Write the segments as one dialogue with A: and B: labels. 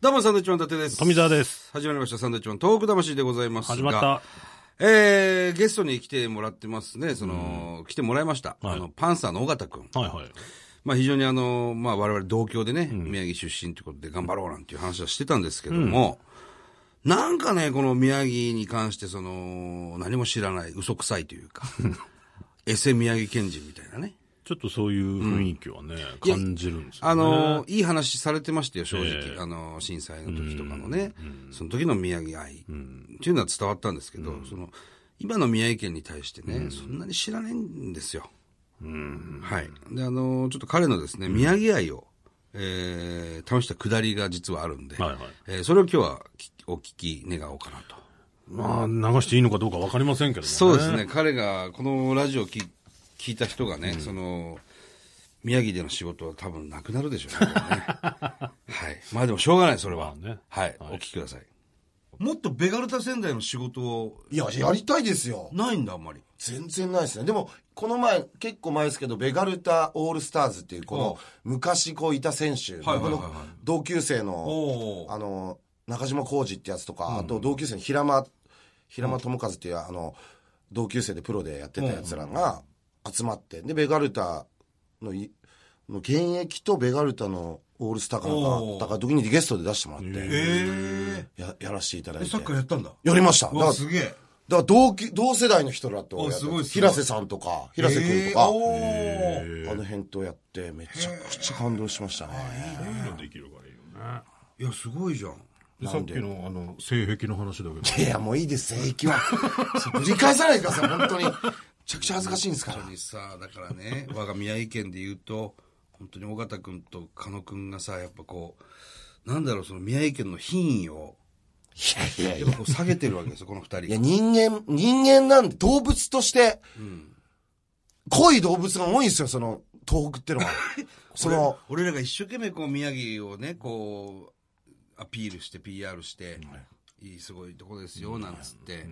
A: どうも、サンドウィッチマン伊達です。
B: 富澤です。
A: 始まりました、サンドウィッチマントーク魂でございますが。
B: 始まった。
A: えー、ゲストに来てもらってますね。その、来てもらいました。
B: は
A: あ
B: い
A: の、パンサーの尾形くん。
B: はいはい。
A: まあ非常にあの、まあ我々同郷でね、宮城出身ということで頑張ろうなんていう話はしてたんですけども、なんかね、この宮城に関してその、何も知らない、嘘くさいという か、エセ宮城県人みたいなね。
B: ちょっとそういう雰囲気はね、感じるんですよ、ね。
A: あの、いい話されてましたよ、正直。
B: ええ
A: あの、震災の時とかのね、その時の宮城愛っていうのは伝わったんですけど、その、今の宮城県に対してね、そんなに知らないんですよ。はい。で、あの、ちょっと彼のですね、宮城愛を、えー、試したくだりが実はあるんで、
B: はいはい
A: えーそれを今日はきお聞き願おうかなと。
B: まあ、流していいのかどうかわかりませんけどね。
A: そうですね、彼が、このラジオをき聞いた人がね、その、宮城での仕事は多分なくなるでしょうね。 これねはい。まあでもしょうがない、それは。
B: まあね
A: はい、お聞きください。もっとベガルタ仙台の仕事を、
C: いや、やりたいですよ。
A: ないんだ、あんまり。
C: 全然ないですね。でも、この前、結構前ですけど、ベガルタオールスターズっていう、この、昔こういた選手、
A: はいはいはいはい
C: 僕の同級生
A: お
C: の、
A: ー
C: あの、中島浩二ってやつとか、あと同級生の平間、平間智和っていう、あの、同級生でプロでやってたやつらが集まって、で、ベガルタのい、の現役とベガルタのオールスターかなんか
A: おー
C: あったか時にゲストで出してもらって、
A: え
C: ややらせていただ
A: え
C: いて。
A: やったんだ。
C: やりました。だから
A: げえ。
C: だから同期同世代の人らとやって
A: あすごいすごい
C: 平瀬さんとか平瀬君とか、
A: えーおー
C: あの辺とやってめちゃくちゃ感動しましたね、
B: そういうのできるからいいよね。
A: いや、すごいじゃん。
B: でさっきの、あの、性癖の話だけど。
C: いやもういいです正義は そう繰り返さないでください本当にめちゃくちゃ恥ずかしいんですから
A: 本当にさだから ね我が宮城県で言うと本当に尾形君と狩野君がさやっぱこうなんだろうその宮城県の品位を
C: いやいやい
A: やっ
C: や
A: ぱこう下げてるわけですよこの二
C: いや
A: 人
C: 人間人間なんで動物として、濃い動物が多いんですよその東北っ てのはその
A: 俺らが一生懸命こう宮城をねこうアピールして PR して、いいすごいとこですよなんつって、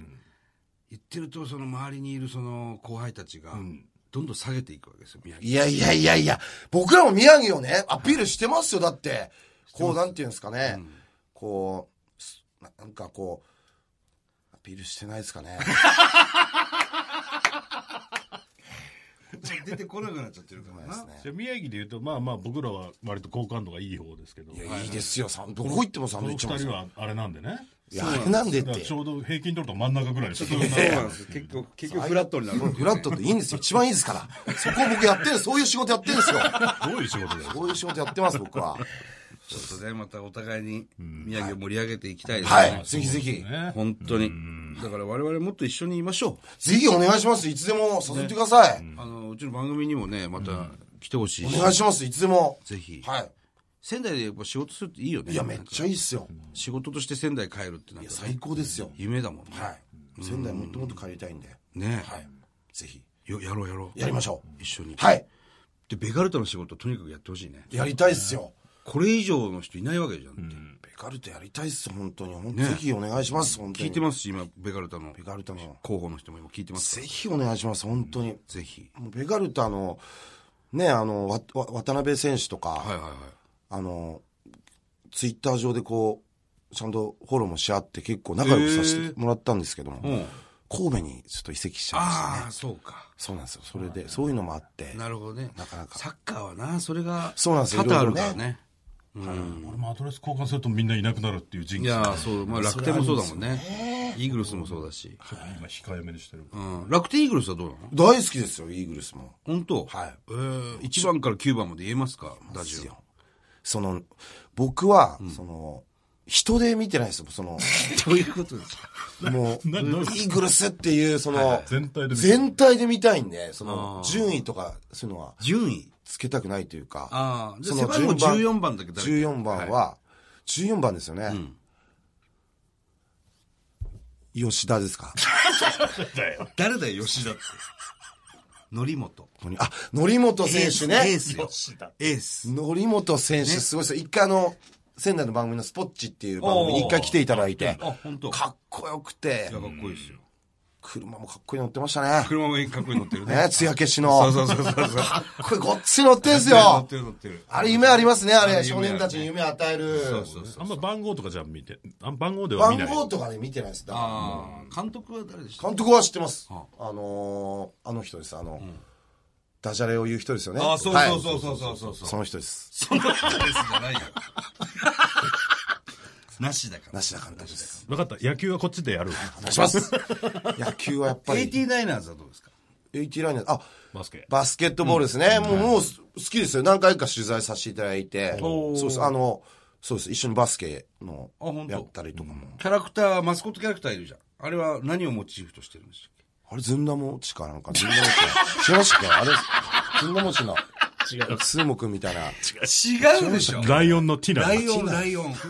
A: 言ってるとその周りにいるその後輩たちが、どんどん下げていくわけですよ宮城
C: いやいやいやいや、僕らも宮城をね、アピールしてますよ、だって。こう、なんていうんですかね。こうす、ななんかこう、アピールしてないですかね。
A: 出てこなくなっちゃってる からな、
B: じゃあ宮城で言うと、まあまあ僕らは割と好感度がいい方ですけど。
C: いや、いいですよ、サンド。どこ行ってもサン
B: こ
C: ド
B: の二
C: イッチマンさ
B: 人
C: ん。い
B: はあれなんでね。
C: や、あれなんでっ
B: だから
C: て
B: ち。ょうど平均取ると真ん中ぐらいですよ。
A: そうなんですよ結局結局フラットになるんですよね
C: フラットっていいんですよ。一番いいですから。そこ僕やってる、そういう仕事やってるんですよ。
B: どういう仕事だよ。
C: そういう仕事やってます、僕は。
A: ちょっとね、またお互いに宮城を盛り上げていきたいですね。
C: はい。ぜひぜひ。
B: ね。
A: 本当に。だから我々もっと一緒にいましょ
C: ぜひお願いします。いつでも誘ってください。
A: う。あの、うちの番組にもね、また来てほしいし
C: お。願いします、いつでも。
A: ぜひ
C: は
A: 仙台でやっぱ仕事するっていいよね。
C: い。いや、めっちゃいいっすよ。
A: 仕事として仙台帰るってなん
C: いや、
A: か
C: 最高ですよ。
A: 夢だもんね。
C: はい。仙台もっともっと帰りたいんで。
A: ね
C: はい。ぜひ、
A: よやろうやろう。
C: やりましょう。
A: 一緒に。
C: はい。
A: で、ベガルタの仕事とにかくやってほしいね。
C: やりたいっすよ。
A: これ以上の人いないわけじゃんって。
C: ベガルタやりたいっす、本当に。本当にぜひお願いします、本当
A: 聞
C: に。
A: いてますし、今、ベガルタの
C: ベガルタの。
A: 広報の人も今聞いてます
C: ぜ
A: から。
C: ひお願いします、本当に。
A: ぜひ。
C: もうベガルタの、ね、あの、わわ渡辺選手とか、
A: はいはいはい。
C: あの、ツイッター上でこう、ちゃんとフォローもし合って結構仲良くさせてもらったんですけども、
A: うん
C: 神戸にちょっと移籍しちゃいました
A: あ
C: ね。
A: あ、そうか。
C: そうなんですよ。それで、そういうのもあって。
A: なるほどね。
C: なかなか
A: サッカーはな、それが、
C: そうなんですよ
A: 多々あるからね。
B: 俺もアドレス交換するとみんないなくなるっていう人
A: い
B: 気。
A: やーそう、まあ楽天もそうだもんね。イーグルスもそうだし。
B: 今控えめにしてる。
A: うん。楽天イーグルスはどうなの
C: 大好きですよ、イーグルスも。
A: 本当
C: はい。
A: えー、1番から9番まで言えますか打
C: です
A: 順
C: よ。その、僕は、その、人で見てないですよ、その、
A: どういうことですか
C: もう、イ
B: などういうこと
C: ーグルスっていう、その、
B: 全体で見て
C: 全体で見たいんで、その、順位とか、そういうのは、
A: 順位
C: つけたくないというか、
A: ああ、じゃあ背
C: その
A: 番号14
C: 順
A: 番だけど誰
C: 14番は、14番ですよね。吉田ですか
A: 誰だよ、吉田って。則本。
C: ここにあ、則本選手
A: エー
C: ね。
A: スよ。エース。
C: 則本選手、すごいですよ。一回あの、仙台の番組のスポッチっていう番組に一回来ていただいて、
A: あ、本当。
C: かっこよくて
A: いや、、かっこいいですよ。
C: 車もかっこいいの乗ってましたね。
A: 車もかっこいい乗ってるね。
C: ねえ、艶消し
A: そ
C: の。
A: うそうそうそうそう。
C: かっこいい、ごっつい乗ってんす
A: 乗っ
C: よ
A: て。る乗ってる。
C: あれ夢ありますね、あ
A: あ
C: れ。
A: れ
C: 少
A: 夢あるね
C: 年たちに夢与える。
A: そうそうそう。
B: あんま番号とかじゃ見て、あん番号では見な
C: 番
B: い。
C: 号とかね、見てないです。だから
A: ああ、監督は誰でした
C: 監督は知ってます。
A: あ
C: あのー、あの人です。あの、ダジャレを言う人ですよね。
A: ああ、そう
C: はい
A: そうそうそうそうそう。
C: その人です。
A: そんなことですじゃ ないよ。なしだから。
C: 梨田監督です。
B: 分かった。野球はこっちでやる。
C: お願い します。野球はやっぱり、
A: AT ダイナーズはどうですか
C: 80ラインあ、
B: バスケ。
C: バスケットボールですね。もう、もうす好きですよ。何回か取材させていただいて。そうです。あの、そうです。一緒にバスケの
A: あ本当
C: やったりとかも。
A: キャラクター、マスコットキャラクターいるじゃん。あれは何をモチーフとしてるんでしたっけ
C: あれ、ずんだもちかなんか、ずんだもち。知らんしっけあれ、ずんだもちの、
B: 違う。
C: 数目みたいな、
A: 違うでしょ
B: ライオンのティナ。
A: ライオン、ライオン。
C: ふ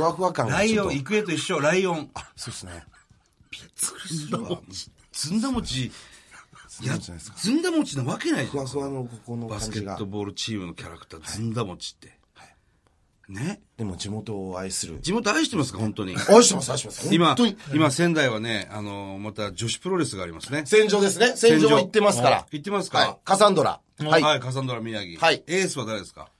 C: わふわ感が
A: ラ
C: ち
A: イ
C: ょっ
A: オ
C: と
A: ン、。幾重と一緒、ライオン。
C: そうですね。
A: ずんだ餅、
C: ずんだもちじゃないですか。
A: ずんだ餅なわけないじ
C: ふ
A: ゃん
C: わ。ふわのここの
A: バス
C: 感
A: ケ
C: じ
A: ッ
C: が
A: ト。ボールチームのキャラクター、ずんだ餅って。ね。
C: でも地元を愛する。
A: 地元愛してますか、本当に。
C: 愛してます、愛してます。
A: 今
C: 本当に。、
A: 今仙台はね、あの、また女子プロレスがありますね。
C: 戦場ですね。戦場行ってますから。
A: 行ってますか
C: はい。カサンドラ。は。
A: はいい、
C: エー
A: カサンドラ宮城。
C: はい
A: エースは誰ですか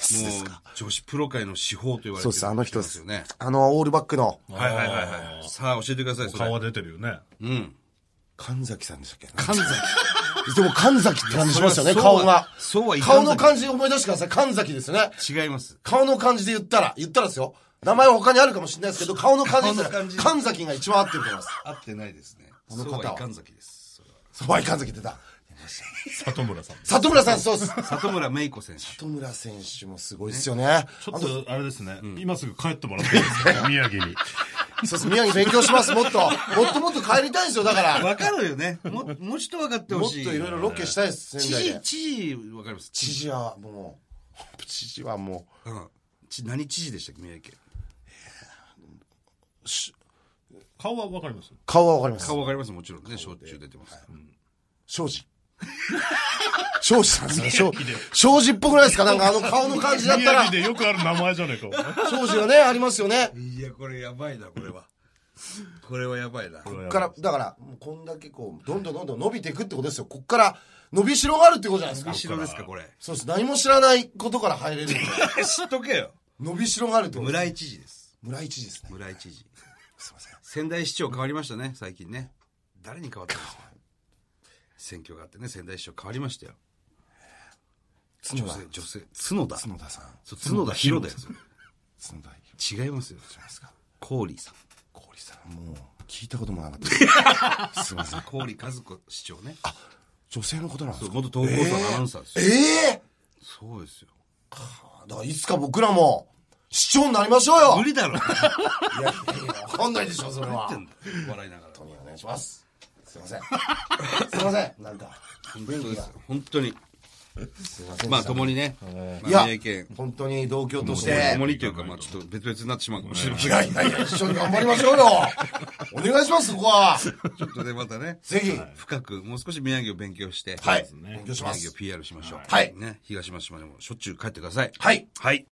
C: スですか。
A: もう、女子プロ界の至宝と言われて
C: そう
A: る
C: です、あの人で
A: です
C: す
A: よね。。
C: あの、オールバックの、
A: はいはいはいはい。さあ、教えてください、そ
B: 顔
A: れ。
B: は出てるよね。
A: うん。
C: 神崎さんでしたっけ
A: 神崎。
C: でも神崎って感じしますよね、
A: いやそれは
C: 顔が。
A: そうはいかん
C: 顔の感じ思い出してください。神崎ですよね。
A: 違います。
C: 顔の感じで言ったら、言ったらですよ。名前は他にあるかもしれないですけど、顔の感じで言った
A: 顔の
C: ら
A: 感じ、
C: 神崎が一番合ってると思います。
A: 合ってないですね。
C: の方
A: そう
C: は
A: はい神崎です。それは
C: そうはい、神崎出た。
B: 里村さん。ち
C: 里村さん、そうです。
A: 里村芽衣子選手。
C: 里村選手もすごいですよね。
B: ょっと、あれですね。今すぐ帰ってもらっていいですか宮城に。
C: そうです。宮城勉強します、もっと。もっともっと帰りたいですよ、だ から。もっ
A: わかるよね。も、もうちょっと分かってほ
C: と
A: しい。
C: いろいろロケしたいです、
A: 知
C: 仙台
A: 事、
C: で。
A: 知事、わかります。
C: 知事はもう、 知事はも
A: うん。ち何知事でしたっけ、宮城県。
C: う、し
B: 顔はわかります
C: 顔はわかります
A: 顔。わかります、もちろんね。焼酎出てます。
C: 庄司。庄司さんですね。庄庄司っぽくないですかなんかあの顔の感じだった
B: 宮
C: ら
B: 城、でよくある名前じゃねえかお前。こ
C: 庄司がね、ありますよね。
A: いや、これやばいな、これは。これはやばいな。
B: れ
C: こ
B: は
C: っから、だから、もうこんだけこう、どんどんどんどん伸びていくってことですよ。こっから、伸びしろがあるってことじゃないですか。
A: 後ろですか、これ。
C: そうです。何も知らないことから入れる。
A: 知っとけよ。
C: 伸びしろがあるってこと。
A: 村井知事です。
C: 村井知事ですね。
A: 村井知事。
C: すいません。
A: 仙台市長変わりましたね、最近ね。誰に変わったんですか選挙があってね、仙台市長変わりましたよ。女性、。女性、角田。
C: 角田角田さん。
A: そう角田博ですよ。
C: 角田博
A: 違いますよ。
C: じゃないですか。
A: 郡さん。
C: 氷さん、もう、聞いたこともなかった。すいません。
A: 郡和子市長ね。
C: 女性のことなんで
A: そ
C: す
A: う
C: か
A: 元東高校のアナウンサーです
C: え
A: よ。
C: え
A: そうですよ。
C: だからいつか僕らも、市長になりましょうよ
A: 無理だろ。
C: いやいやいや、わかんないでしょ、それは。
A: 何言ってんだ笑いながら。本
C: お願いします。すいません。すいません。なんか、
A: 当ですよ。本当に。
C: すいません。
A: まあ、共にね。
C: い
A: まあ
C: や
A: 宮城県、。
C: 本当に同居として。
A: 共
C: い
A: にというか、まあ、ちょっと別々になってしまうかもしれません。
C: やいやいや、一緒に頑張りましょうよ。お願いします、そこは。
A: ちょっとね、またね、
C: ぜひ。
A: 深く、もう少し宮城を勉強して、
C: はい。
B: ね
C: 勉強しま
A: 宮城を
C: す。
A: PR しましょう。
C: はい
A: ね、東松島にもしょっちゅう帰ってください。
C: はい。
A: はい。